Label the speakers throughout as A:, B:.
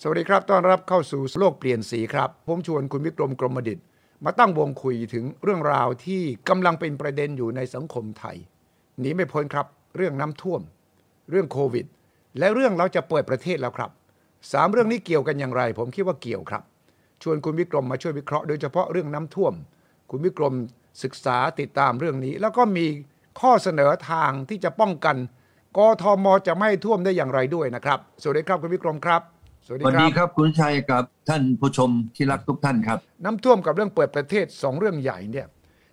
A: สวัสดีครับ ต้อนรับเข้าสู่โลกเปลี่ยนสีครับ ผมชวนคุณวิกรมกรมดิตมาตั้งวงคุยถึงเรื่องราวที่กำลังเป็นประเด็นอยู่ในสังคมไทย หนีไม่พ้นครับ เรื่องน้ำท่วม เรื่องโควิด และเรื่องเราจะเปิดประเทศแล้วครับสามเรื่องนี้เกี่ยวกันอย่างไร ผมคิดว่าเกี่ยวครับ ชวนคุณวิกรมมาช่วยวิเคราะห์โดยเฉพาะเรื่องน้ำท่วม คุณวิกรมศึกษาติดตามเรื่องนี้ แล้วก็มีข้อเสนอทางที่จะป้องกันกทมจะไม่ท่วมได้อย่างไรด้วยนะครับสวัสดีครับคุณวิกรมครับ สวัส
B: สวัส
A: ดี
B: ดี
A: ค
B: ครับ รับคุณชัยกับท่านผู้ชมที่รักทุกท่านครับ
A: น้ำท่วมกับเรื่องเปิดประเทศสองเรื่องใหญ่เนี่ย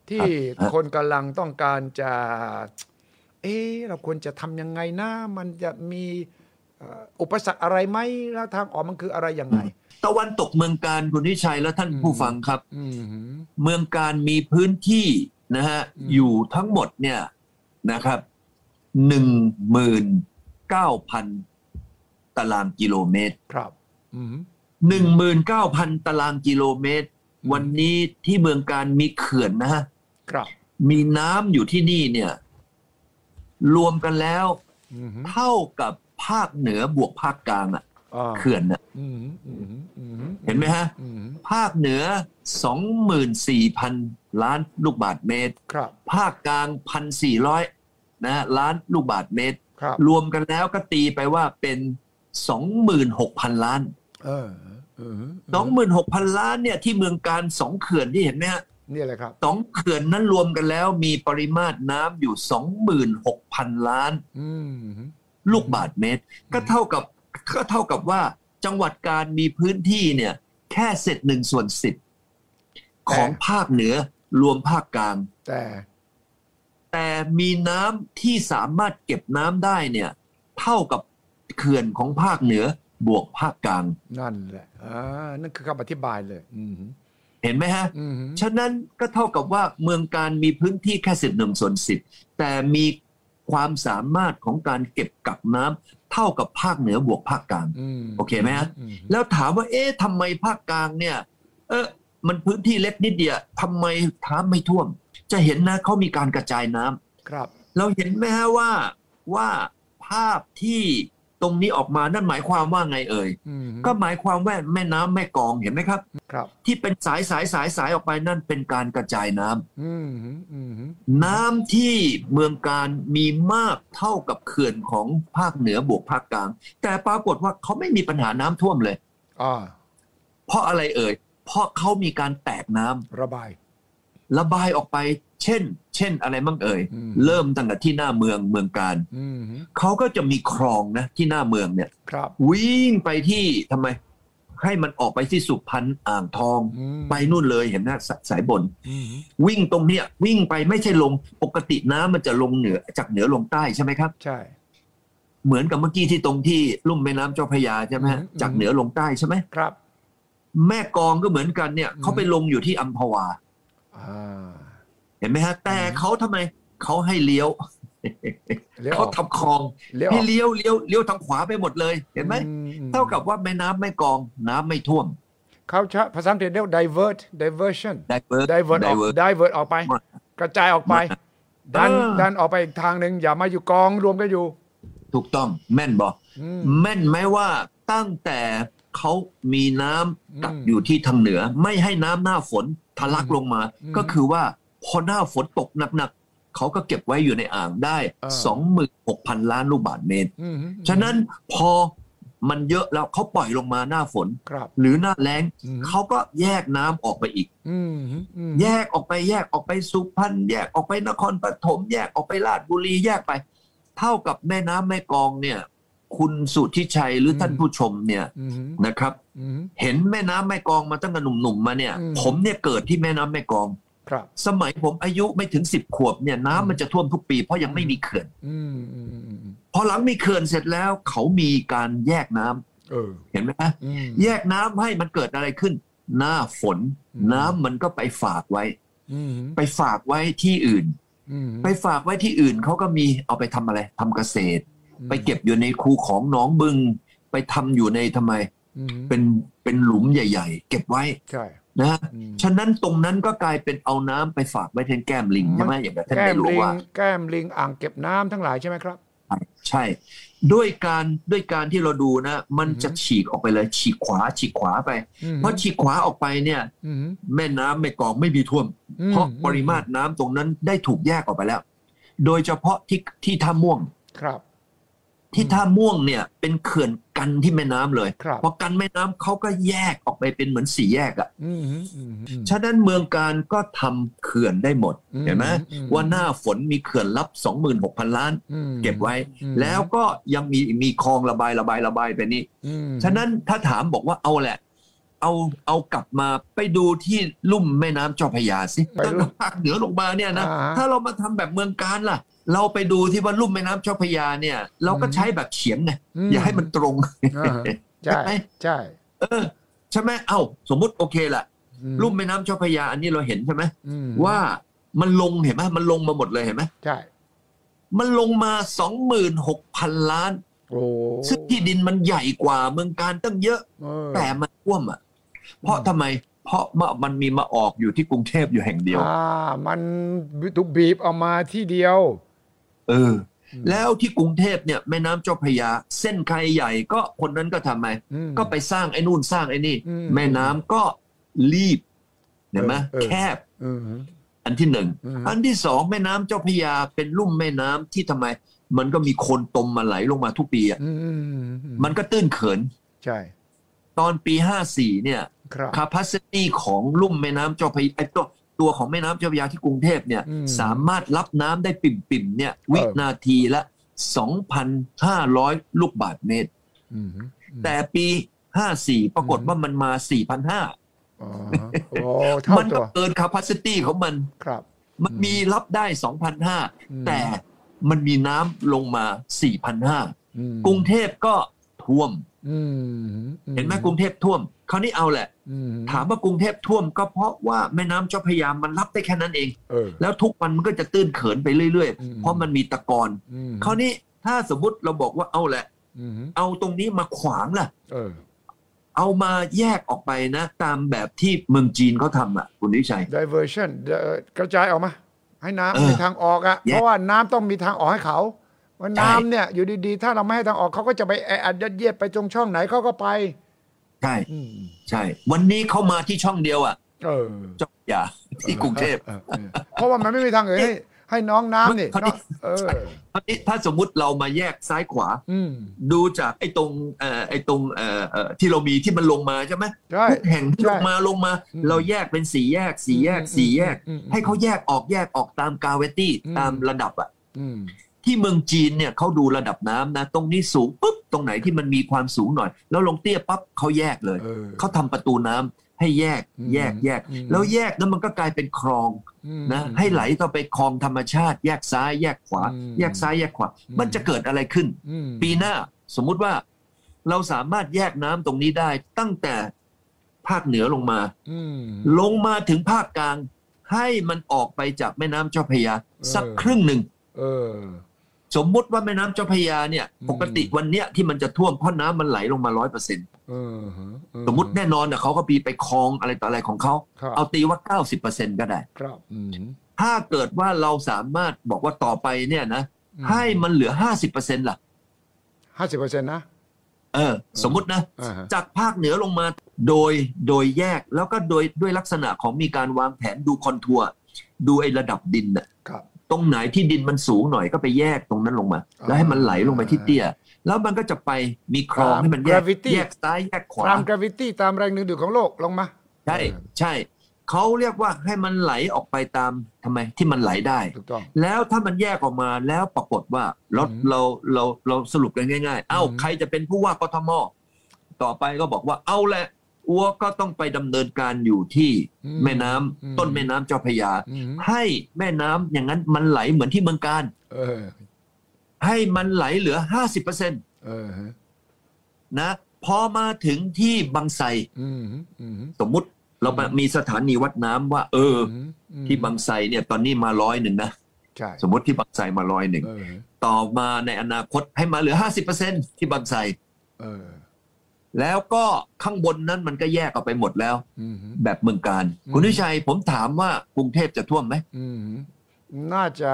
A: ที่
B: ครับ
A: คนกำลังต้องการจะ เอ๊ะเราควรจะทำยังไงนะ มันจะมีเอ่ออุปสรรคอะไรไหมแล้วทางออกมันคืออะไรยังไง
B: ตะวันตกเมืองการคุณวิชัยและท่าน
A: อืม
B: ผู้ฟังครับ
A: อืมหือ
B: เมืองการมีพื้นที่นะฮะ
A: อืม
B: อยู่ทั้งหมดเนี่ยนะครับหนึ่งหมื่นเก้าพันตารางกิโลเมตร
A: ครับ อืมหือ
B: หนึ่งหมื่นเก้าพันตารางกิโลเมตร
A: อืม
B: วันนี้ที่เมืองการมีเขื่อนนะฮะ
A: ครับ
B: มีน้ำอยู่ที่นี่เนี่ย รวมกันแล้ว
A: อืมหือ
B: เท่ากับภาคเหนือบวกภาคกลางอะ
A: อ่า
B: เขื่อนน่ะ
A: อืมหืออืมหือ
B: เห็นไหมฮะ
A: อืมหือ
B: ภาคเหนือ 24,000 ล้านลูกบาทเมตร
A: ครับ
B: ภาคกลาง 1,400นะล้านลูกบาทเมตร
A: ครับ
B: รวมกันแล้วก็ตีไปว่าเป็น 26,000 ล้าน
A: เอออืมหือ
B: 26,000 ล้านเนี่ยที่เมืองการสองเขื่อนที่เห็นไหมฮะ
A: นี่แหละครับ
B: สองเขื่อนนั้นรวมกันแล้วมีปริมาตรน้ำอยู่ 26,000 ล้าน
A: อืมหือ
B: ลูกบาทเมตร ก็เท่ากับก็เท่ากับว่าจังหวัดการมีพื้นที่เนี่ยแค่เศษหนึ่งส่วนสิบ
A: แต่
B: ของภาคเหนือรวมภาคกลาง
A: แต่
B: แต่มีน้ำที่สามารถเก็บน้ำได้เนี่ย เท่ากับเขื่อนของภาคเหนือบวกภาคกลาง
A: นั่นแหละอ่านั่นคือคำอธิบายเลย อืมหือ
B: เห็นไหมฮะ
A: อืมหือ
B: ฉะนั้นก็เท่ากับว่าเมืองการมีพื้นที่แค่สิบหนึ่งส่วนสิบแต่มีความสามารถของการเก็บกักน้ำเท่ากับภาคเหนือบวกภาคกลาง
A: อืม
B: โอเคไหมฮะ
A: อืหือ
B: แล้วถามว่า เอ๊ะทำไมภาคกลางเนี่ย เออมันพื้นที่เล็กนิดเดียวทำไมท้าไม่ท่วม จะเห็นนะเขามีการกระจายน้ำ
A: ครับ
B: เราเห็นไหมฮะว่าว่าภาพที่ตรงนี้ออกมานั่นหมายความว่าไงเอ่ย
A: อืม
B: ก็หมายความว่าแม่น้ำแม่กองเห็นไหมครับ
A: ครับ
B: ที่เป็นสายสายสายสายออกไปนั่นเป็นการกระจายน้ำ
A: อืมหืมอืมหืม
B: น้ำที่เมืองการมีมากเท่ากับเขื่อนของภาคเหนือบวกภาคกลาง แต่ปรากฏว่าเขาไม่มีปัญหาน้ำท่วมเลย
A: อ่า
B: เพราะอะไรเอ่ย เพราะเขามีการแตกน้ำ
A: ระบาย
B: ระบายออกไป เช่น เช่นอะไรบ้างเอ่ย
A: อืม
B: เริ่มตั้งแต่ที่หน้าเมืองเมืองการ
A: อืมหืม
B: เขาก็จะมีคลองนะที่หน้าเมืองเนี่ย
A: ครับ
B: วิ่งไปที่ทำไม ให้มันออกไปที่สุพรรณอ่างทอง
A: อืม
B: ไปนู่นเลยเห็นไหมสสายบน
A: อืมหืม
B: วิ่งตรงเนี้ยวิ่งไปไม่ใช่ลงปกติน้ำมันจะลงเหนือจากเหนือลงใต้ใช่ไหมครับ
A: ใช่
B: เหมือนกับเมื่อกี้ที่ตรงที่ลุ่มแม่น้ำเจ้าพระยาใช่ไหมฮะ
A: อืม
B: จากเหนือลงใต้ใช่ไหม
A: ครับ
B: แม่กลองก็เหมือนกันเนี่ย
A: อืม
B: เขาไปลงอยู่ที่อัมพวา
A: อ่า
B: เห็นไหมฮะแต่เขาทำไมเขาให้เลี้ยว
A: เลี้ยวอ
B: เขา
A: อก
B: ทำคลอง
A: เลี้ยวอ
B: ให้
A: อก
B: เลี้ยวเลี้ยวเลี้ยวทางขวาไปหมดเลย เห็นไหม
A: อื
B: เท่ากับว่าแม่น้ำไม่กองน้ำไม่ท่วม
A: เขาใช้ภาษาอังกฤษเรียก divert diversion
B: ไดเวอร์
A: divert ออก divert ออกไป
B: มาก
A: ระจายออกไป ดัน
B: เออ
A: ดันออกไปอีกทางหนึ่งอย่ามาอยู่กองรวมกันอยู่
B: ถูกต้องแม่นบอก
A: อืม
B: แม่นไหมว่าตั้งแต่เขามีน้ำกัก
A: อืม
B: อยู่ที่ทางเหนือ ไม่ให้น้ำหน้าฝนทะลักลงมา
A: อืม
B: ก็คือว่าพอหน้าฝนตกหนักๆเขาก็เก็บไว้อยู่ในอ่างได้
A: เออ
B: สองหมื่นหกพันล้านลูกบาทเมตร
A: อืมหืม
B: ฉะนั้นพอมันเยอะแล้วเขาปล่อยลงมาหน้าฝน
A: ครับ
B: หรือหน้าแล้ง
A: อืม
B: เขาก็แยกน้ำออกไปอีก
A: อืมหืมอืม
B: แยกออกไปแยกออกไปสุพรรณแยกออกไปนครปฐมแยกออกไปราชบุรีแยกไป เท่ากับแม่น้ำแม่กลองเนี่ย คุณสุทธิชัยหรือท่านผู้ชมเนี่ย
A: อืมหืม
B: นะครับ
A: อืมหืม
B: เห็นแม่น้ำแม่กลองมาตั้งแต่หนุ่มๆมาเนี่ย
A: อืม
B: ผมเนี่ยเกิดที่แม่น้ำแม่กลอง
A: ครับ
B: สมัยผมอายุไม่ถึงสิบขวบเนี่ยน้ำมันจะท่วมทุกปีเพราะยังไม่มีเขื่อน
A: อืมอืมอืมอืม
B: พอหลังมีเขื่อนเสร็จแล้วเขามีการแยกน้ำ
A: เออ
B: เห็นไหมฮะ
A: อืม
B: แยกน้ำให้มันเกิดอะไรขึ้น หน้าฝน
A: อืม
B: น้ำมันก็ไปฝากไว้
A: อืมหืม
B: ไปฝากไว้ที่อื่น
A: อืมหืม
B: ไปฝากไว้ที่อื่นเขาก็มีเอาไปทำอะไรทำเกษตร ไปเก็บอยู่ในคูของหนองบึง ไปทำอยู่ในทำไม
A: อืมหืม
B: เป็นเป็นหลุมใหญ่ ๆ เก็บไว้
A: ใช่
B: นะฮะ
A: อืม
B: ฉะนั้นตรงนั้นก็กลายเป็นเอาน้ำไปฝากไว้แทนแก้มลิงใช่ไหมอย่างกับท่าน
A: แก้
B: ได้
A: ม
B: รู้
A: ลิง
B: ว่า
A: แก้มลิงอ่างเก็บน้ำทั้งหลายใช่ไหมครับ
B: ใช่ ด้วยการด้วยการที่เราดูนะ มันจะฉีกออกไปเลยฉีกขวาฉีกขวาไป
A: อืม
B: เพราะฉีกขวาออกไปเนี่ย
A: อืม
B: แม่น้ำแม่กลองไม่มีท่วม
A: อื
B: เพราะปริมาตรน้ำตรงนั้นได้ถูกแยกออกไปแล้ว โดยเฉพาะที่ที่ท่าม่วง
A: ครับ
B: ที่ท่าม่วงเนี่ยเป็นเขื่อนกันที่แม่น้ำเลย
A: ครับ
B: พอกันแม่น้ำเขาก็แยกออกไปเป็นเหมือนสี่แยกอะ่ะ
A: อืมอืมอืม
B: ฉะนั้นเมืองการก็ทำเขื่อนได้หมด
A: อืม
B: เห็นไหม
A: อืม
B: ว่าหน้าฝนมีเขื่อนรับ 26,000 ล้าน
A: อืม
B: เก็บไว้
A: อืม
B: แล้วก็ยังมีมีคลองระบายระบายระบายไปนี่
A: อืม
B: ฉะนั้นถ้าถามบอกว่าเอาแหละ เอาเอากลับมาไปดูที่ลุ่มแม่น้ำเจ้าพระยาสิตั้งแต่ภาคเหนือลงมาเนี่ยนะ
A: อ่า
B: ถ้าเรามาทำแบบเมืองการล่ะ เราไปดูที่ว่าลุ่มแม่น้ำเจ้าพระยาเนี่ย เราก็ใช้แบบเฉียงไง
A: ม
B: อย่าให้มันตรง
A: อ่าใช่ใช่
B: เออ ใช่ไหมเอ้า สมมุติโอเคล่ะ
A: อื
B: ลุ่มแม่น้ำเจ้าพระยาอันนี้เราเห็นใช่ไหม
A: อืม
B: ว่ามันลงเห็นไหมมันลงมาหมดเลยเห็นไหม
A: ใช่
B: มันลงมา 26,000 ล้าน
A: โอ้
B: ซึ่งที่ดินมันใหญ่กว่าเมืองการตั้งเยอะ
A: เออ
B: แต่มันท่วมอ่ะ เพราะ
A: อืม
B: ทำไม เพราะมันมีมาออกอยู่ที่กรุงเทพอยู่แห่งเดียว
A: อ่ามันถูกบีบเออกมาที่เดียว
B: เออ
A: อืม
B: แล้วที่กรุงเทพเนี่ยแม่น้ำเจ้าพระยา เส้นใครใหญ่ก็คนนั้นก็ทำไม
A: อืม
B: ก็ไปสร้างไอ้นู่นสร้างไอ้นี่
A: อืม
B: แม่น้ำก็รีบเห็นไหม
A: เออเออ
B: แคบ
A: อืม
B: อันที่หนึ่ง
A: อืม
B: อันที่สองแม่น้ำเจ้าพระยาเป็นลุ่มแม่น้ำที่ทำไม มันก็มีโคลนตมมาไหลลงมาทุกปีอ่ะ
A: อืมอืมอืม
B: มันก็ตื้นเขิน
A: ใช่
B: ตอนปี 54 เนี่ย
A: ครับ
B: คาพาซิตี้ของลุ่มแม่น้ำเจ้าพระยาไอ้ตัวตัวของแม่น้ำเจ้าพระยาที่กรุงเทพเนี่ย
A: อืม
B: สามารถรับน้ำได้ปิ่มๆเนี่ยวินาทีละ 2,500 ลูกบาทเมตร
A: อืม
B: แต่ปี 54 ปรากฏว่ามันมา
A: อ๋อโอ้เท่า
B: 4,500 มัน
A: ตั
B: ก็
A: ว
B: เกินคาพาซิตี้ของมัน
A: ครับ
B: มันมีรับได้
A: อืม
B: 2,500 แต่มันมีน้ำลงมา 4,500
A: อืม
B: กรุงเทพก็ท่วม
A: อืม
B: เห็นไหมกรุงเทพท่วม คราวนี้เอาแหละ
A: อื
B: ถามว่ากรุงเทพท่วมก็เพราะว่าแม่น้ำเจ้าพระยามันรับได้แค่นั้นเอง
A: เออ
B: แล้วทุกวันมันก็จะตื้นเขินไปเรื่อย
A: อืม
B: ๆ เพราะมันมีตะกอน
A: อืม
B: คราวนี้ถ้าสมมติเราบอกว่าเอาแหละ
A: อืม
B: เอาตรงนี้มาขวางล่ะ
A: เออ
B: เอามาแยกออกไปนะ ตามแบบที่เมืองจีนเขาทำอ่ะ คุณนิชัย
A: diversion เอ่อกระจายออกมา ให้
B: เออ
A: น้ำมีทางออกอะ
B: แยก
A: เพราะว่าน้ำต้องมีทางออกให้เขาว่า
B: ใช่
A: น้ำเนี่ย อยู่ดีๆ ถ้าเราไม่ให้ทางออกเขาก็จะไปแออัดยัดเยียดไปตรงช่องไหนเขาก็ไป
B: ใช่
A: อืม
B: ใช่ วันนี้เขามาที่ช่องเดียวอ่ะ
A: เออ
B: เจ้าพระยาที่กรุงเทพ
A: ออเออเพราะว่ามันไม่มีทางอื่นให้ให้น้องน้ำนี่
B: เขาดิ
A: น้องเออ
B: คราวนี้ถ้าสมมติเรามาแยกซ้ายขวา
A: อืม
B: ดูจากไอ้ตรงเอ่อไอ้ตรงเอ่อเอ่อที่เรามีที่มันลงมาใช่ไหม
A: ใช่
B: ทุกแห่งที่
A: ใช่
B: ลงมาลงมา
A: อืม
B: เราแยกเป็นสี่แยกสี่แยก
A: อืม
B: สี่แยก
A: อืมอืม
B: ให้เขาแยกออกแยกออกตามกาเวตี้
A: อืม
B: ตามระดับอ่ะ
A: อืม
B: ที่เมืองจีนเนี่ยเขาดูระดับน้ำนะ ตรงนี้สูงปุ๊บตรงไหนที่มันมีความสูงหน่อย แล้วลงเตี้ยปั๊บเขาแยกเลย
A: เออ
B: เขาทำประตูน้ำให้แยก
A: อืม
B: แยกแยก
A: อืม
B: แล้วแยกแล้วมันก็กลายเป็นคลอง
A: อืม
B: นะ ให้ไหลต่อไปคลองธรรมชาติ แยกซ้ายแยกขวา
A: อืม
B: แยกซ้ายแยกขวา
A: อืม
B: มันจะเกิดอะไรขึ้น
A: อืม
B: ปีหน้าสมมุติว่าเราสามารถแยกน้ำตรงนี้ได้ตั้งแต่ภาคเหนือลงมา
A: อืม
B: ลงมาถึงภาคกลาง ให้มันออกไปจากแม่น้ำเจ้าพระยา สัก
A: เออ
B: ครึ่งหนึ่ง
A: เออ
B: สมมุติว่าแม่น้ำเจ้าพระยาเนี่ย
A: อืม
B: ปกติวันเนี้ยที่มันจะท่วมเพราะน้ำมันไหลลงมาร้อยเปอร์เซ็นต์
A: เออฮะเออ
B: สมมติแน่นอนนะเขาก็ปีไปคลองอะไรต่ออะไรของเขา
A: ครับ
B: เอาตีว่าเก้าสิบเปอร์เซ็นต์ก็ได้
A: ครับอืม
B: ถ้าเกิดว่าเราสามารถบอกว่าต่อไปเนี่ยนะให้มันเหลือห้าสิบเปอร์เซ็นต์ล่ะ
A: ห้าสิบเปอร์เซ็นต์นะ
B: เออสมมตินะ
A: อ่าฮะ
B: จากภาคเหนือลงมาโดยโดยแยกแล้วก็โดยด้วยลักษณะของมีการวางแผนดูคอนทัวร์ดูไอ้ระดับดินน่ะ
A: ครับ
B: ตรงไหนที่ดินมันสูงหน่อยก็ไปแยกตรงนั้นลงมา แล้วให้มันไหลลงไปที่เตี้ย แล้วมันก็จะไปมีคลอง
A: ตาม
B: ให้มันแยก
A: gravity
B: แยกซ้ายแยกขวา
A: ตามกราวิตี้ตามแรงดึงดูดของโลกลงมา
B: ใช่ใช่เขาเรียกว่าให้มันไหลออกไปตามทำไมที่มันไหลได้
A: ถูกต้อง
B: แล้วถ้ามันแยกออกมาแล้วปรากฏว่าเรา
A: อืม
B: เราเราเราสรุปกันง่าย ๆ เอ้า
A: อืม
B: ใครจะเป็นผู้ว่ากทมต่อไปก็บอกว่าเอาแหละอัวก็ต้องไปดำเนินการอยู่ที่
A: อื
B: แม่น้ำ
A: อืม
B: ต้นแม่น้ำเจ้าพระยา
A: อืม
B: ให้แม่น้ำอย่างนั้นมันไหลเหมือนที่เมืองการ
A: เออ
B: ให้มันไหลเหลือ 50%น
A: เออฮะ
B: ะพอมาถึงที่บางไทร
A: อืมอืม
B: สมมุติเรามีสถานีวัดน้ำว่า เออ
A: ม
B: ที่บางไทรเนี่ยตอนนี้มาร้อยหนึ่งนะ
A: ใช่
B: สมมติที่บางไทรมาร้อยหนึ่ง
A: เออ
B: ต่อมาในอนาคตให้มาเหลือ 50%ที่บางไทร
A: เออ
B: แล้วก็ข้างบนนั้นมันก็แยกออกไปหมดแล้ว
A: อืม
B: แบบเมืองการ
A: อืม
B: คุณวิชัยผมถามว่ากรุงเทพจะท่วมไหม
A: อืมน่าจะ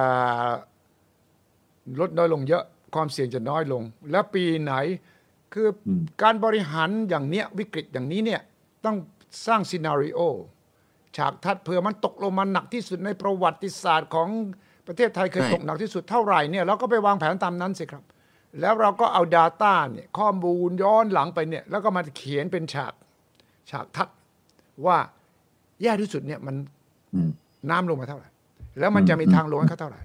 A: ลดน้อยลงเยอะ ความเสี่ยงจะน้อยลง และปีไหนคืออ
B: ม
A: การบริหารอย่างเนี้ยวิกฤตอย่างนี้เนี่ยต้องสร้างซีนารีโอฉากทัดเผื่อมันตกลงมาหนักที่สุดในประวัติศาสตร์ของประเทศไทยเคย
B: ใช่
A: ตกหนักที่สุดเท่าไหร่เนี่ยเราก็ไปวางแผนตามนั้นสิครับ แล้วเราก็เอา Data เนี่ยข้อมูลย้อนหลังไปเนี่ยแล้วก็มาเขียนเป็นฉากฉากทัดว่าแย่ที่สุดเนี่ยมัน
B: อืม
A: น้ำลงมาเท่าไหร่ แล้วมันจะมีทางลงให้เขาเท่าไหร่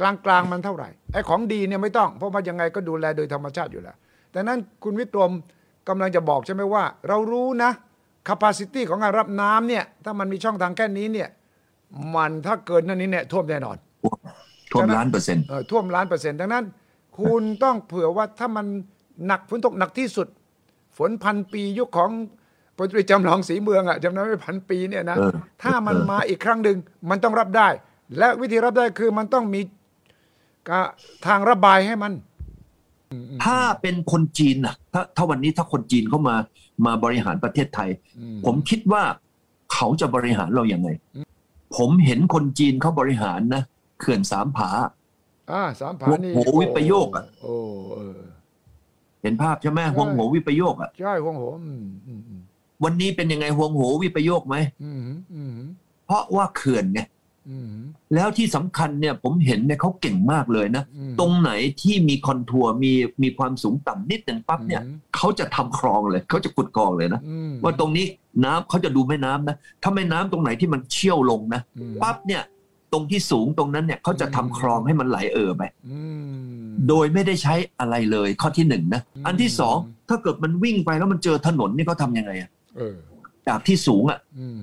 A: กลางกลางๆมันเท่าไหร่ ไอ้ของดีเนี่ยไม่ต้อง เพราะมันยังไงก็ดูแลโดยธรรมชาติอยู่แล้ว แต่นั้นคุณวิตรมกำลังจะบอกใช่ไหมว่า เรารู้นะ capacity ของการรับน้ำเนี่ย ถ้ามันมีช่องทางแค่นี้เนี่ย มันถ้าเกินนั่นนี้เนี่ยท่วมแน่นอน
B: ท่วมท่วมล้านเปอร์เซ็นต์
A: เอ่อท่วมล้านเปอร์เซ็นต์ดังนั้น คุณต้องเผื่อว่าถ้ามันหนักฝนตกหนักที่สุด ฝนพันปียุคของพลตรีจำลองสีเมืองอะจำได้ไหมพันปีเนี่ยนะ ถ้ามันมาอีกครั้งหนึ่งมันต้องรับได้ และวิธีรับได้คือมันต้องมีกะทางระบายให้มัน
B: ถ้าเป็นคนจีนนะถ้าถ้าวันนี้ถ้าคนจีนเข้ามามาบริหารประเทศไทย
A: อืม
B: ผมคิดว่าเขาจะบริหารเราอย่างไง ผมเห็นคนจีนเขาบริหารนะเขื่อนสามผา
A: อ่าสามผานี่
B: โอ้โหวิปโยคอะ
A: โอ้เออ
B: เห็นภาพใช่ไหมห่วงโหววิปโยคอะ
A: ใช่ห่วงโหมอืมอืมอืม
B: วันนี้เป็นยังไงห่วงโหววิปโยคไหม
A: อืมอืม
B: เพราะว่าเขื่อนไง
A: อืม
B: แล้วที่สำคัญเนี่ยผมเห็นเนี่ยเขาเก่งมากเลยนะ
A: อืม
B: ตรงไหนที่มีคอนทัวร์มีมีความสูงต่ำนิดหนึ่งปั๊บเนี่ย
A: อืม
B: เขาจะทำคลองเลยเขาจะขุดคลองเลยนะ
A: อืม
B: ว่าตรงนี้น้ำเขาจะดูแม่น้ำนะ ถ้าแม่น้ำตรงไหนที่มันเชี่ยวลงนะ
A: อืม
B: ปั๊บเนี่ยตรงที่สูงตรงนั้นเนี่ยเขาจะทำคลองให้มันไหลเอ่อไป
A: อืม
B: โดยไม่ได้ใช้อะไรเลยข้อที่หนึ่งนะ
A: อืม
B: อันที่สองถ้าเกิดมันวิ่งไปแล้วมันเจอถนนนี่เขาทำยังไงอะ
A: เออ
B: จากที่สูงอะ
A: อืม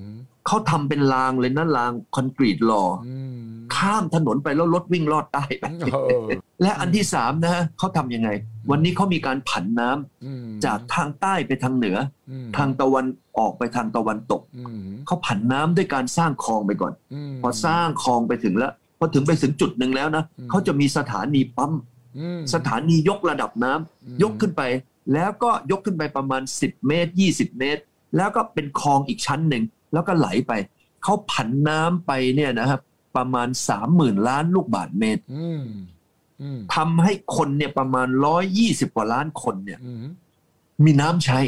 B: เขาทำเป็นรางเลยนะรางคอนกรีตรออ
A: อืม
B: ข้ามถนนไปแล้วรถวิ่งลอดใต้ไป
A: เออ
B: และอันที่สามนะฮะเขาทำยังไง วันนี้เขามีการผันน้ำ
A: อืม
B: จากทางใต้ไปทางเหนือ
A: อืม
B: อทางตะวันออกไปทางตะวันตก
A: อืม
B: เขาผันน้ำด้วยการสร้างคลองไปก่อน
A: ม
B: พอสร้างคลองไปถึงแล้วพอถึงไปถึงจุดหนึ่งแล้วนะ
A: อืม
B: เขาจะมีสถานีปั๊ม
A: อืม
B: สถานียกระดับน้ำยกขึ้นไป แล้วก็ยกขึ้นไปประมาณ 10 เมตร 20 เมตร แล้วก็เป็นคลองอีกชั้นหนึ่งแล้วก็ไหลไปเขาผันน้ำไปเนี่ยนะครับประมาณ 30,000 ล้านลูกบาทเมตร
A: อืมอืม
B: ทำให้คนเนี่ยประมาณ 120 กว่าล้านคนเนี่ย
A: อืม
B: มีน้ำใช้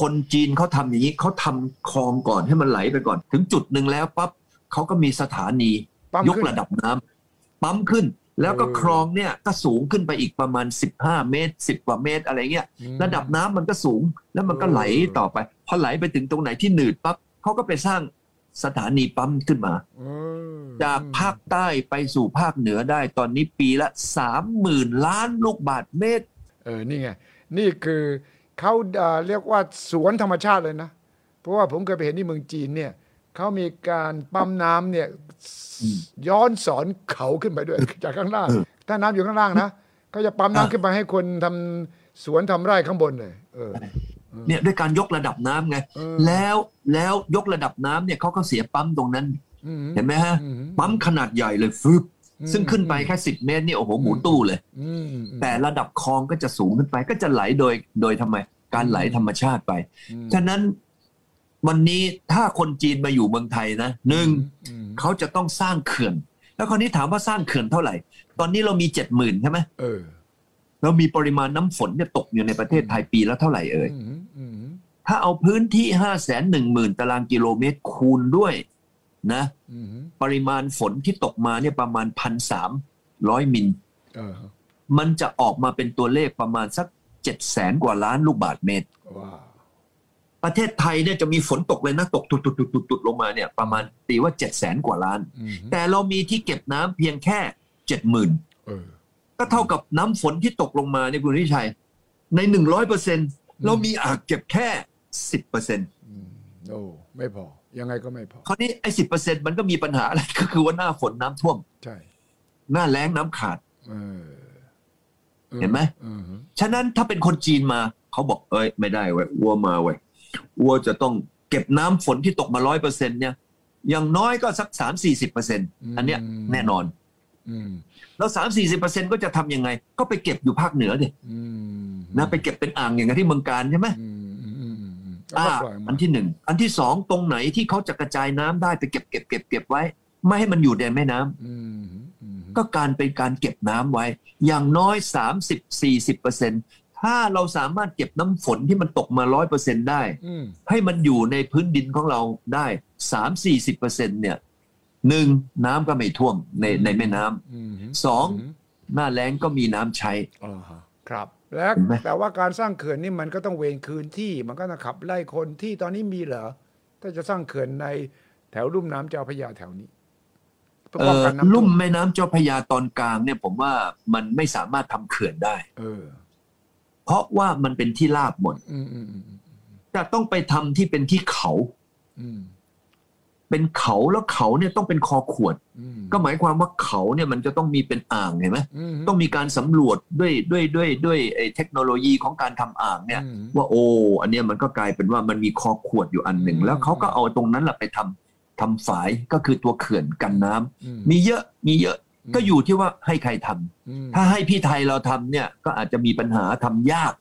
B: คนจีนเขาทำอย่างนี้เขาทำคลองก่อนให้มันไหลไปก่อน ถึงจุดหนึ่งแล้วปั๊บเขาก็มีสถานี
A: ปั๊ม
B: ยก
A: ขึ้น
B: ระดับน้ำปั๊มขึ้น แล้วก็
A: เออ
B: คลองเนี่ยก็สูงขึ้นไปอีกประมาณ 15 เมตร 10 กว่าเมตรอะไรเงี้ย
A: อืม
B: ระดับน้ำมันก็สูงแล้วมันก็
A: เออ
B: ไหลต่อไป พอไหลไปถึงตรงไหนที่หนืดปั๊บเขาก็ไปสร้างสถานีปั๊มขึ้นมา
A: เออ
B: จากภาคใต้ไปสู่ภาคเหนือได้ตอนนี้ปีละ 30,000 ล้านลูกบาทเมตร
A: เออนี่ไง นี่คือเขาเอ่อเรียกว่าสวนธรรมชาติเลยนะ เพราะว่าผมเคยไปเห็นที่เมืองจีนเนี่ยเขามีการปั๊มน้ำเนี่ยย้อนสอนเขาขึ้นไปด้วย จากข้างล่าง ถ้าน้ำอยู่ข้างล่างนะเขาจะปั๊มน้ำขึ้นไปให้คนทำสวนทำไร่ข้างบนเลยเออ
B: เนี่ยด้วยการยกระดับน้ำไง
A: เออ
B: แล้วแล้วยกระดับน้ำเนี่ยเขาก็เสียปั๊มตรงนั้น
A: อืม
B: เห็นไหมฮะ
A: อืม
B: ปั๊มขนาดใหญ่เลยฟึบ
A: อืม
B: ซึ่งขึ้นไปแค่สิบเมตรนี่โอ้โหหมูตู้เลย
A: อืมอืมอืม
B: แต่ระดับคลองก็จะสูงขึ้นไป ก็จะไหลโดยโดยทำไม การไหลธรรมชาติไป
A: อืม
B: ฉะนั้นวันนี้ถ้าคนจีนมาอยู่เมืองไทยนะหนึ่ง
A: อืม
B: เขาจะต้องสร้างเขื่อน แล้วคราวนี้ถามว่าสร้างเขื่อนเท่าไหร่ ตอนนี้เรามีเจ็ดหมื่นใช่ไหม
A: เออ
B: เรามีปริมาณน้ำฝนเนี่ยตกอยู่ในประเทศไทยปีละเท่าไหร่เอ่ย
A: อืมอืม
B: ถ้าเอาพื้นที่ 5 1 0 0 0 0 ตารางกิโลเมตรคูณด้วยนะ
A: อืม
B: ปริมาณฝนที่ตกมาเนี่ยประมาณ 1,300 มิล
A: เออ
B: มันจะออกมาเป็นตัวเลขประมาณสัก 7 0 0แสนกว่าล้านลูกบาทเมตร
A: ว้าว
B: ประเทศไทยเนี่ยจะมีฝนตกเลยนะ ตกตุดๆๆๆลงมาเนี่ยประมาณตีว่า 7 0 0แสนกว่าล้าน
A: อืม
B: แต่เรามีที่เก็บน้ำเพียงแค่ 70,000
A: เออ
B: ก็เท่ากับน้ำฝนที่ตกลงมาเนี่ยคุณวิชัย ใน 100%เรามีอ่างเก็บแค่ 10%
A: อืมโอ้ไม่พอ ยังไงก็ไม่พอ
B: คราวนี้ไอ้สิมันก็มีปัญหาอะไร ก็คือว่าหน้าฝนน้ำท่วม
A: ใช่
B: หน้าแล้งน้ำขาด
A: เออ
B: เห็นไหม
A: อืม
B: ฉะนั้นถ้าเป็นคนจีนมา เขาบอกเอ้ยไม่ได้เว้ยวัวมาเว้ยวัวจะต้องเก็บน้ำฝนที่ตกมาร้อยเปอร์เซ็นต์เนี่ยอย่างน้อยก็สักสามสี่สิบเปอร์เซ็นต์อันเนี้ยแน่นอน
A: อืม
B: แล้วสามสี่สิบเปอร์เซ็นต์ก็จะทำยังไง ก็ไปเก็บอยู่ภาคเหนือดิ
A: อืม
B: นะไปเก็บเป็นอ่างอย่างที่เมืองการใช่ไหม
A: อืมอืมอืมอืมแล้ว
B: อ่า
A: ก็ปล่อย
B: อั
A: มัน
B: นที่หนึ่งอันที่สองตรงไหนที่เขาจะกระจายน้ำได้ไปเก็บเก็บเก็บเก็บไว้ ไม่ให้มันอยู่ในแม่น้ำ
A: อืมอืม
B: ก็ ก็การเป็นการเก็บน้ำไว้ อย่างน้อย 30-40%ถ้าเราสามารถเก็บน้ำฝนที่มันตกมา 100%ได้
A: อืม
B: ให้มันอยู่ในพื้นดินของเราได้ 3-40%เนี่ยหนึ่งน้ำก็ไม่ท่วมในในแม่น้
A: อืม
B: ำสองหน้าแล้งก็มีน้ำใช้
A: อ่าฮะครับ และ
B: เห็นไหม
A: แต่ว่าการสร้างเขื่อนนี่มันก็ต้องเวรคืนที่ มันก็ต้องขับไล่คนที่ตอนนี้มีเหรอ ถ้าจะสร้างเขื่อนในแถวลุ่มน้ำเจ้าพระยาแถวนี้เพื่อ
B: เอ่
A: ป้อง
B: อ
A: กันน้ำท่ว
B: ลุ่มแม่น้ำเจ้าพระยาตอนกลางเนี่ยผมว่ามันไม่สามารถทำเขื่อนได้
A: เออ
B: เพราะว่ามันเป็นที่ราบหมด
A: อืมอืมอืมอืม
B: จะต้องไปทำที่เป็นที่เขา
A: อืม
B: เป็นเขาแล้วเขาเนี่ยต้องเป็นคอขวด
A: อืม
B: ก็หมายความว่าเขาเนี่ยมันจะต้องมีเป็นอ่างเห็นไหม
A: อืม
B: ต้องมีการสำรวจด้วยด้วยด้วยด้วยไอ้เทคโนโลยีของการทำอ่างเนี่ย
A: อืม
B: ว่าโอ้อันเนี้ยมันก็กลายเป็นว่ามันมีคอขวดอยู่อันหนึ่ง
A: อืม
B: แล้วเขาก็เอาตรงนั้นแหละไปทำทำฝายก็คือตัวเขื่อนกันน้ำ
A: อื
B: มีเยอะมีเยอะก็อยู่ที่ว่าให้ใครทำ
A: อืม
B: ถ้าให้พี่ไทยเราทำเนี่ยก็อาจจะมีปัญหาทำยาก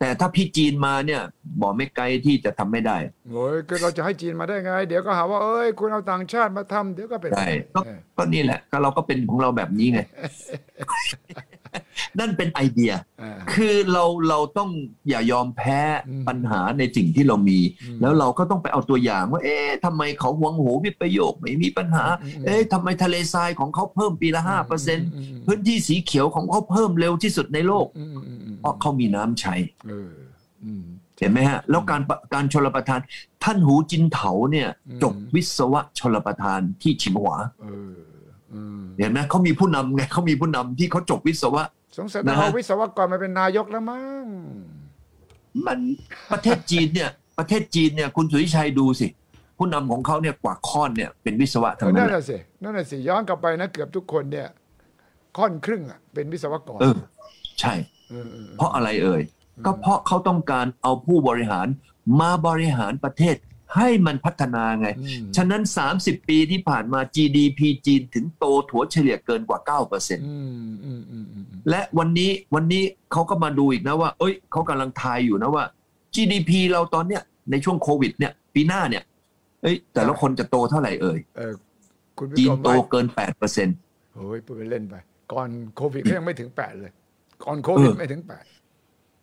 B: แต่ถ้าพี่จีนมาเนี่ยบอกไม่ไกลที่จะทำไม่ได้
A: โอ้ยคือเราจะให้จีนมาได้ไง เดี๋ยวก็หาว่าเอ้ย คุณเอาต่างชาติมาทำเดี๋ยวก็เป็น
B: ได้ก็
A: เออ
B: ก็นี่แหละ ก็เราก็เป็นของเราแบบนี้ ไง นั่นเป็นไอเดีย
A: อ่า
B: คือเราเราต้องอย่ายอมแพ้
A: อืม
B: ปัญหาในสิ่งที่เรามี
A: อืม
B: แล้วเราก็ต้องไปเอาตัวอย่างว่า เอ๊ะทำไมเขาหวงโหวิประโยคไม่มีปัญหา
A: อืมอืม
B: เอ๊ะทำไมทะเลทรายของเขาเพิ่มปีละห้าเปอร์เซ็นต์
A: อืม
B: พื้นที่สีเขียวของเขาเพิ่มเร็วที่สุดในโลก
A: อืมอืมอืม
B: เพราะเขามีน้ำใช้
A: เอออืม
B: เห็นไหมฮะแล้วการปะการชลประทาน ท่านหูจินเถาเนี่ย
A: อืม
B: จบวิศวะชลประทานที่ฉิมหวา
A: เอออืม
B: เห็นไหมเขามีผู้นำไงเขามีผู้นำที่เขาจบวิศวะ
A: สงสัย
B: นะ
A: ต้อง
B: ฮะ
A: เอาวิศวกรมาเป็นนายกแล้วมั้ง
B: มันประเทศจีนเนี่ยประเทศจีนเนี่ยคุณสุริชัยดูสิ ผู้นำของเขาเนี่ยกว่าค้อนเนี่ยเป็นวิศวะ
A: เอ
B: ทั้ง
A: อ
B: นั้
A: นั่
B: น
A: น
B: แหละ
A: น่ะสินั่นน่ะสิย้อนกลับไปนะเกือบทุกคนเนี่ย ค่อนครึ่งอ่ะเป็นวิศวกร
B: เออ ใช่
A: เออเออ
B: เพราะอะไรเอ่ย ก็เพราะเขาต้องการเอาผู้บริหารมาบริหารประเทศให้มันพัฒนาไง
A: อืม
B: ฉะนั้น 30 ปีที่ผ่านมา GDP จีนถึงโตถัวเฉลี่ยเกินกว่า9%เปอร์เซ็น
A: อืมอืมอืมอืมอืม
B: และวันนี้วันนี้เขาก็มาดูอีกนะว่า เอ้ยเขากำลังทายอยู่นะว่า GDP เราตอนเนี้ยในช่วงโควิดเนี่ยปีหน้าเนี่ย เอ้ยแต่ละคนจะโตเท่าไหร่เอ่ย
A: เออคุณวิ
B: จี
A: ก
B: น
A: รม
B: โต
A: ว่า
B: เกิน8%เปอร์เซ็นต์
A: โอ้ยพูดไปเล่นไป ก่อนโควิดก็ยังไม่ถึงแปดเลย ก่อนโควิด
B: เออ
A: ไม่ถึงแปด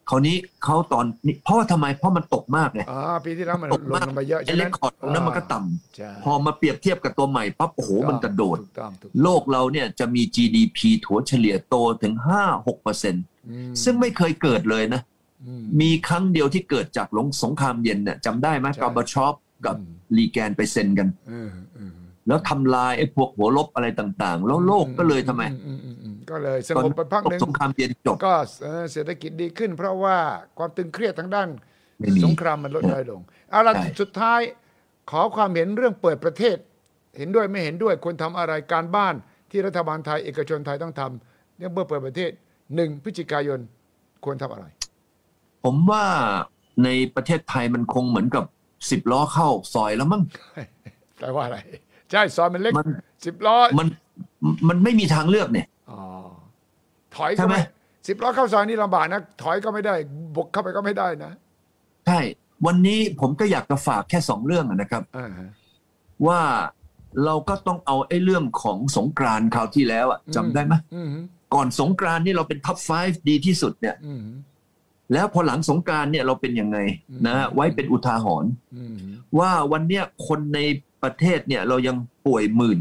B: คราวนี้เขาตอนนี้เพราะว่าทำไมเพราะมันตกมากไง
A: อ่าปีที่แล้วมัน
B: ตก
A: ล
B: มาง ก
A: มาเยอะ
B: ไอ้
A: ใช่ไหม
B: เลคคอร์ดตรงนั้นมันก็ต่ำ
A: ใช่
B: พอมาเปรียบเทียบกับตัวใหม่ปั๊บโอ้โหมันกระโดด
A: ถูกต้องถูก
B: โลกเราเนี่ยจะมี GDP ถัวเฉลี่ยโตถึง 5-6%เปอร์เซ็นต์
A: อื
B: ซึ่งไม่เคยเกิดเลยนะ
A: อืม
B: มีครั้งเดียวที่เกิดจากหลงสงครามเย็นเนี่ยจำได้ไหม
A: ใช่
B: กอร์บาชอปกับ
A: อืม
B: ลีแกนไปเซ็นกัน
A: เออเออ
B: แล้วทำลายไอ้พวกหัวลบอะไรต่างๆ แล้วโลกก็เลยทำไม
A: อือือืมก็เลยส
B: ต
A: งบไปพัก
B: ต
A: ห
B: ก
A: นึ่ง
B: สงครามเย็นจบ
A: ก็เอ่อเศรษฐกิจดีขึ้น เพราะว่าความตึงเครียดทางด้าน
B: ไม่มี
A: สงครามมันลดน้อยลงเอาล่ะ
B: ใช่
A: สุดท้ายขอความเห็นเรื่องเปิดประเทศ เห็นด้วยไม่เห็นด้วยควรทำอะไรการบ้านที่รัฐบาลไทยเอกชนไทยต้องทำเรื่องเมื่อเปิดประเทศหนึ่งพฤศจิกายนควรทำอะไร
B: ผมว่าในประเทศไทยมันคงเหมือนกับสิบล้อเข้าซอยแล้วมั้ง
A: แปลว่าอะไร ใช่ซอยมันเล็ก
B: มัน
A: สิบล้อ
B: มันมันไม่มีทางเลือกเนี่ย
A: อ๋อถอย
B: ใช่
A: ก็
B: ไหม
A: ไม่สิบล้อเข้าซอยนี่ลำบากนะ ถอยก็ไม่ได้บกเข้าไปก็ไม่ได้นะ
B: ใช่ วันนี้ผมก็อยากจะฝากแค่สองเรื่องนะครับ
A: อ่าฮะ
B: ว่าเราก็ต้องเอาไอ้เรื่องของสงกรานต์คราวที่แล้วอะ
A: อืม
B: จำได้ไหม
A: อืมฮึ
B: ก่อนสงกรานต์นี่เราเป็นท็อป5ดีที่สุดเนี่ย
A: อืมฮึ
B: แล้วพอหลังสงกรารเนี่ยเราเป็นยังไง
A: อืม
B: นะฮะไว้เป็นอุทาหรณ์
A: อืมฮึ
B: ว่าวันเนี้ยคนในประเทศเนี่ยเรายังป่วยหมื่น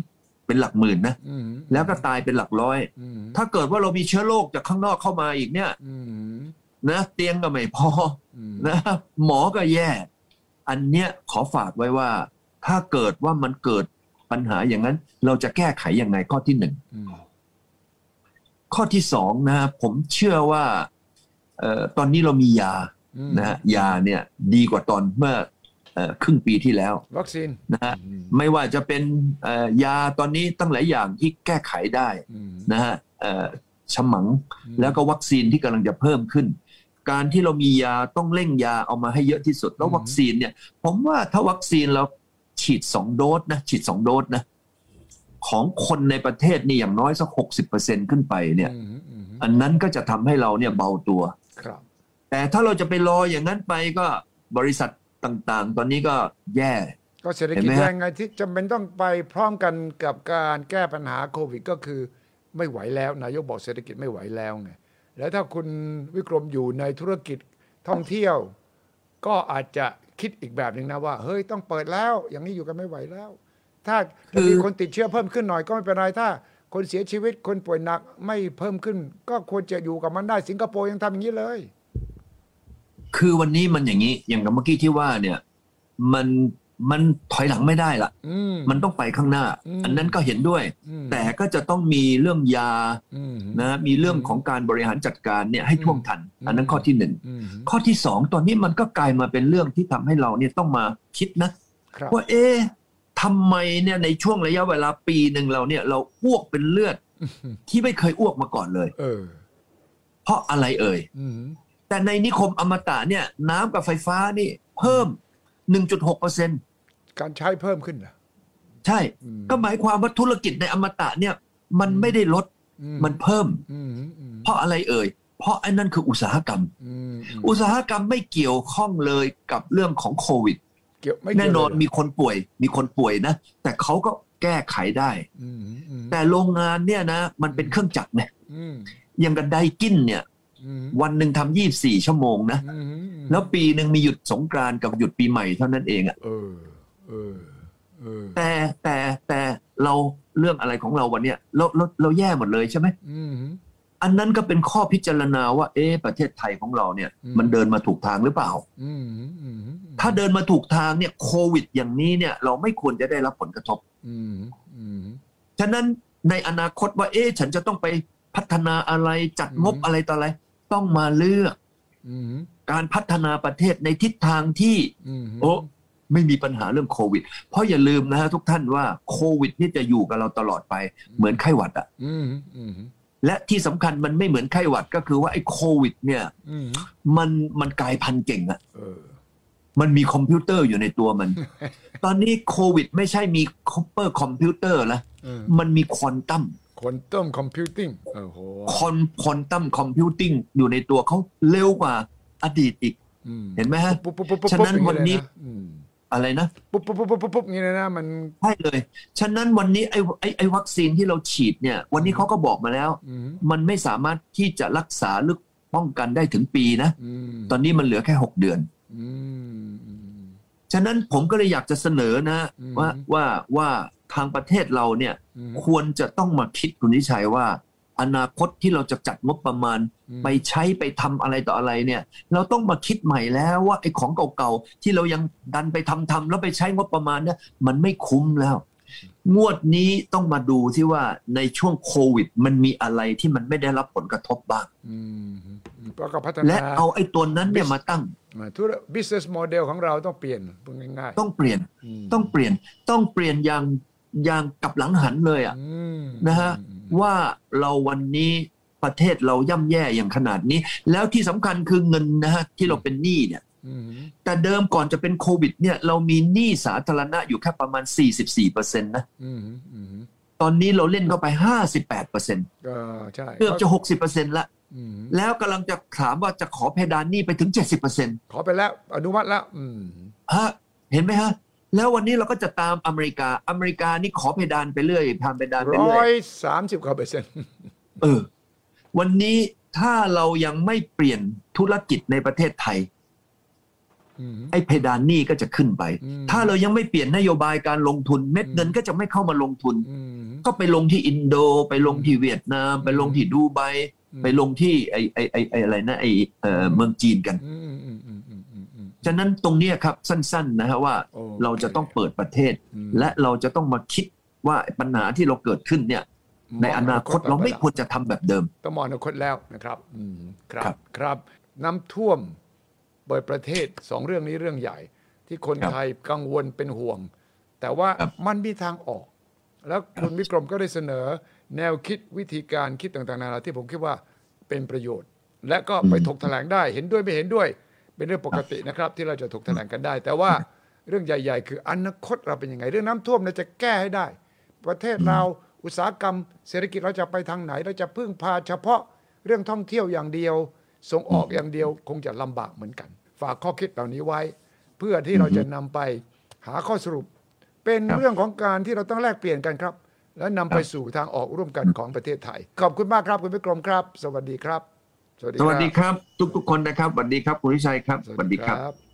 B: เป็นหลักหมื่นนะ
A: อืมฮึ
B: แล้วก็ตายเป็นหลักร้อย
A: อืมฮึ
B: ถ้าเกิดว่าเรามีเชื้อโรคจากข้างนอกเข้ามาอีกเนี่ย
A: อืมฮึ
B: นะเตียงก็ไม่พอ
A: อืม
B: นะหมอก็แย่ อันเนี้ยขอฝากไว้ว่า ถ้าเกิดว่ามันเกิดปัญหาอย่างนั้น เราจะแก้ไขยังไงข้อที่หนึ่ง
A: อืม
B: ข้อที่สองนะฮะผมเชื่อว่าเอ่อตอนนี้เรามียา
A: อืม
B: นะฮะยาเนี่ยดีกว่าตอนเมื่อเอ่อครึ่งปีที่แล้ว
A: วัคซีน
B: นะฮะ
A: อืม
B: ไม่ว่าจะเป็นเอ่อยาตอนนี้ตั้งหลายอย่างที่แก้ไขได้
A: อืม
B: นะฮะเอ่อฉมังแล้วก็วัคซีนที่กำลังจะเพิ่มขึ้น การที่เรามียาต้องเร่งยาเอามาให้เยอะที่สุด แล้ววัคซีนเนี่ย ผมว่าถ้าวัคซีนเราฉีดสองโดสนะฉีดสองโดสนะของคนในประเทศนี่อย่างน้อยสักหกสิบเปอร์เซ็นขึ้นไปเนี่ย
A: อืมฮึอืมฮึ
B: อันนั้นก็จะทำให้เราเนี่ยเบาตัว
A: ครับ
B: แต่ถ้าเราจะไปรออย่างนั้นไปก็บริษัทต่างๆ ตอนนี้ก็แย่
A: ก็เศรษฐ
B: เห็
A: กิ
B: น
A: จ
B: ไหมฮะ
A: แรงงานที่จำเป็นต้องไปพร้อมกันกับการแก้ปัญหาโควิด ก็คือ ไม่ไหวแล้ว นายกบอกเศรษฐกิจไม่ไหวแล้วไงแล้วถ้าคุณวิกรมอยู่ในธุรกิจท่องเที่ยว ก็อาจจะคิดอีกแบบหนึ่งนะว่า เฮ้ยต้องเปิดแล้ว อย่างนี้อยู่กันไม่ไหวแล้ว ถ้า
B: คือ
A: มีคนติดเชื้อเพิ่มขึ้นหน่อยก็ไม่เป็นไรถ้า คนเสียชีวิตคนป่วยหนักไม่เพิ่มขึ้น ก็ควรจะอยู่กับมันได้สิงคโปร์ยังทำอย่างนี้เลย
B: คือวันนี้มันอย่างนี้ อย่างกับเมื่อกี้ที่ว่าเนี่ยมันมันถอยหลังไม่ได้ละ
A: อืม
B: มันต้องไปข้างหน้า
A: อืม
B: อันนั้นก็เห็นด้วย
A: อืม
B: แต่ก็จะต้องมีเรื่องยา
A: อืม
B: นะมีเรื่องของการบริหารจัดการเนี่ยให้ท่วงทัน
A: อืม
B: อันนั้นข้อที่หนึ่ง
A: อืม
B: ข้อที่สองตอนนี้มันก็กลายมาเป็นเรื่องที่ทำให้เราเนี่ยต้องมาคิดนะ
A: ครับ
B: ว่าเอ๊ะทำไมเนี่ยในช่วงระยะเวลาปีหนึ่งเราเนี่ยเราอ้วกเป็นเลือด
A: อืม
B: ที่ไม่เคยอ้วกมาก่อนเลย
A: เออ
B: เพราะอะไรเอ่ย
A: อืม
B: แต่ในนิคมอมตะเนี่ยน้ำกับไฟฟ้านี่เพิ่ม 1.6%
A: การใช้เพิ่มขึ้นเหรอ
B: ใช่
A: อืม
B: ก็หมายความว่าธุรกิจในอมตะเนี่ยมันไม่ได้ลด
A: อื
B: มันเพิ่ม
A: อืมอืม
B: เพราะอะไรเอ่ย เพราะไอ้นั่นคืออุตสาหกรรม
A: อืมอืม
B: อุตสาหกรรมไม่เกี่ยวข้องเลยกับเรื่องของโควิด
A: เกี่ยวไม่
B: แน่
A: เกี่ยวน
B: อน
A: เลยเหร
B: มีคนป่วย มีคนป่วยนะ แต่เขาก็แก้ไขได้
A: อืมอืม
B: แต่โรงงานเนี่ยนะ มันเป็นเครื่องจักรนะ
A: อืม
B: อย่างกับไดกินเนี่ย
A: อืม
B: วันหนึ่งทำยี่บสี่ชั่วโมงนะ
A: อืมอืม
B: แล้วปีหนึ่งมีหยุดสงกรานต์กับหยุดปีใหม่เท่านั้นเองอะ
A: เออเออเออ
B: แต่แต่แต่เราเรื่องอะไรของเราวันเนี้ยเราเราเราแย่หมดเลยใช่ไหม
A: อืม
B: อันนั้นก็เป็นข้อพิจารณาว่าเอ๊ะประเทศไทยของเราเนี่ย
A: อืม
B: มันเดินมาถูกทางหรือเปล่า
A: อืมอืม
B: ถ้าเดินมาถูกทางเนี่ยโควิด อย่างนี้เนี่ยเราไม่ควรจะได้รับผลกระทบ
A: อืมอืม
B: ฉะนั้นในอนาคตว่าเอ๊ะฉันจะต้องไปพัฒนาอะไรจัดงบ
A: อืม
B: อะไรต่ออะไร ต้องมาเลือก
A: อืม
B: การพัฒนาประเทศในทิศทางที่
A: อืม
B: โอ้ไม่มีปัญหาเรื่องโควิด เพราะอย่าลืมนะฮะทุกท่านว่าโควิดนี่จะอยู่กับเราตลอดไปเหมือนไข้หวัดอะ
A: อืมอืม
B: และที่สำคัญมันไม่เหมือนไข้หวัดก็คือว่าไอ้โควิดเนี่ย
A: อืม
B: มันมันกลายพันธุ์เก่งอะ
A: เออ
B: มันมีคอมพิวเตอร์อยู่ในตัวมัน ตอนนี้โควิดไม่ใช่มีคอปเปอร์คอมพิวเตอร์ละ
A: เออ
B: มันมีควอนตัม
A: ควอนตัมคอมพิวติ้งโอ้โห
B: คอนควอนตัมคอมพิวติ้งอยู่ในตัวเขาเร็วกว่าอดีตอีก
A: อืม
B: เห็นไหมฮะ
A: ปุ๊บปุ๊บปุ๊บปุ๊บ
B: ฉะนั้นวันนี้
A: อืม
B: อะไรนะ
A: ปุ๊บปุ๊บปุ๊บปุ๊บปุ๊บอย่างนี้เลยนะมัน
B: ใช่เลย ฉะนั้นวันนี้ไอ้ไอ้ไอ้วัคซีนที่เราฉีดเนี่ยวันนี้เขาก็บอกมาแล้ว
A: อืม
B: มันไม่สามารถที่จะรักษาหรือป้องกันได้ถึงปีนะ
A: อืม
B: ตอนนี้มันเหลือแค่หกเดือน
A: อืมอืม
B: ฉะนั้นผมก็เลยอยากจะเสนอนะ
A: อืม
B: ว่าว่าว่าทางประเทศเราเนี่ย
A: อืม
B: ควรจะต้องมาคิดคุณนิชัยว่า อนาคตที่เราจะจัดงบประมาณ
A: อืม
B: ไปใช้ไปทำอะไรต่ออะไรเนี่ย เราต้องมาคิดใหม่แล้วว่าไอ้ของเก่าๆที่เรายังดันไปทำทำแล้วไปใช้งบประมาณเนี่ยมันไม่คุ้มแล้ว งวดนี้ต้องมาดูที่ว่าในช่วงโควิด มันมีอะไรที่มันไม่ได้รับผลกระทบบ้าง
A: อืมแล้วก็พัฒ
B: และ
A: นา
B: เอาไอ้ตัวนั้นเนี่ยมาตั้ง
A: มาธุร business model ของเราต้องเปลี่ยนพูดง่ายๆ
B: ต้องเปลี่ยน
A: ม
B: ต้องเปลี่ยนต้องเปลี่ยนอย่างอย่างกลับหลังหันเลยอะ
A: อืม
B: นะฮะ
A: อืม
B: ว่าเราวันนี้ประเทศเราย่ำแย่อย่างขนาดนี้ แล้วที่สำคัญคือเงินนะฮะที่เราเป็นหนี้เนี่ย
A: อืม
B: แต่เดิมก่อนจะเป็นโควิดเนี่ยเรามีหนี้สาธารณะอยู่แค่ประมาณ 44%นะ
A: อืมอืม
B: ตอนนี้เราเล่นเข้าไป 58%
A: ก็ใช่
B: เกือบจะ 60%ละ
A: อืม
B: แล้วกำลังจะถามว่าจะขอเพดานหนี้ไปถึง 70%
A: ขอไปแล้ว อนุมัติแล้ว อืม
B: ฮะเห็นไหมฮะ แล้ววันนี้เราก็จะตามอเมริกาอเมริกานี่ขอเพดานไปเรื่อยทำเพดาน
A: ร้
B: ไปเรื่
A: อ
B: อย
A: ยสามสิบกว่าเปอร์เซ็นต์
B: เออ วันนี้ถ้าเรายังไม่เปลี่ยนธุรกิจในประเทศไทย
A: อืม
B: ไอ้เพดานหนี้ก็จะขึ้นไป
A: อืม
B: ถ้าเรายังไม่เปลี่ยนนโยบายการลงทุนเม็ด
A: อืม
B: เงินก็จะไม่เข้ามาลงทุน
A: อืม
B: ก็ไปลงที่อินโด ไปลงที่เวียดนาม ไปลงที่ดูไบ
A: อืม
B: ไปลงที่ไอ้ไอ้ไอ้ไอ้อะไรนะไอ้เอ่อเมืองจีนกัน
A: อืมอืมอืมอืมอืมอืม
B: ฉะนั้นตรงเนี้ยครับสั้น ๆ นะฮะว่า
A: โอเค
B: เราจะต้องเปิดประเทศ
A: อืม
B: และเราจะต้องมาคิดว่าปัญหาที่เราเกิดขึ้นเนี่ย ในอนาคตเราไม่ควรจะทำแบบเดิม
A: ต้องมองอนาคตแล้วนะครับ อืมครั
B: ครับ บ
A: ครับน้ำท่วมเปิดประเทศสองเรื่องนี้เรื่องใหญ่ ที่คน
B: ครับ
A: ไทยกังวลเป็นห่วง แต่ว่า
B: ครับ
A: มันมีทางออก แล้วคุณวิกรมก็ได้เสนอ แนวคิดวิธีการคิดต่างๆนานาที่ผมคิดว่าเป็นประโยชน์ และก็ไปถกแถลงได้เห็นด้วยไม่เห็นด้วย เป็นเรื่องปกตินะครับ ที่เราจะถกแถลงกันได้ แต่ว่าเรื่องใหญ่ ๆ คืออนาคตเราเป็นยังไง เรื่องน้ำท่วมเราจะแก้ให้ได้ ประเทศเราอุตสาหกรรม เศรษฐกิจเราจะไปทางไหน เราจะพึ่งพาเฉพาะเรื่องท่องเที่ยวอย่างเดียว ส่งออกอย่างเดียวคงจะลำบากเหมือนกัน ฝากข้อคิดเหล่านี้ไว้ เพื่อที่เราจะนำไปหาข้อสรุป เป็น
B: ครับ
A: เรื่องของการที่เราต้องแลกเปลี่ยนกันครับ และนำไปสู่ทางออกร่วมกันของประเทศไทย ขอบคุณมากครับคุณวิกรมครับ สวัสดีครับ
B: สวัสดีครับทุกๆคนนะครับสวัสดีครับคุณวิชัยครับสวัสดีครับ
A: สวัสดีครับ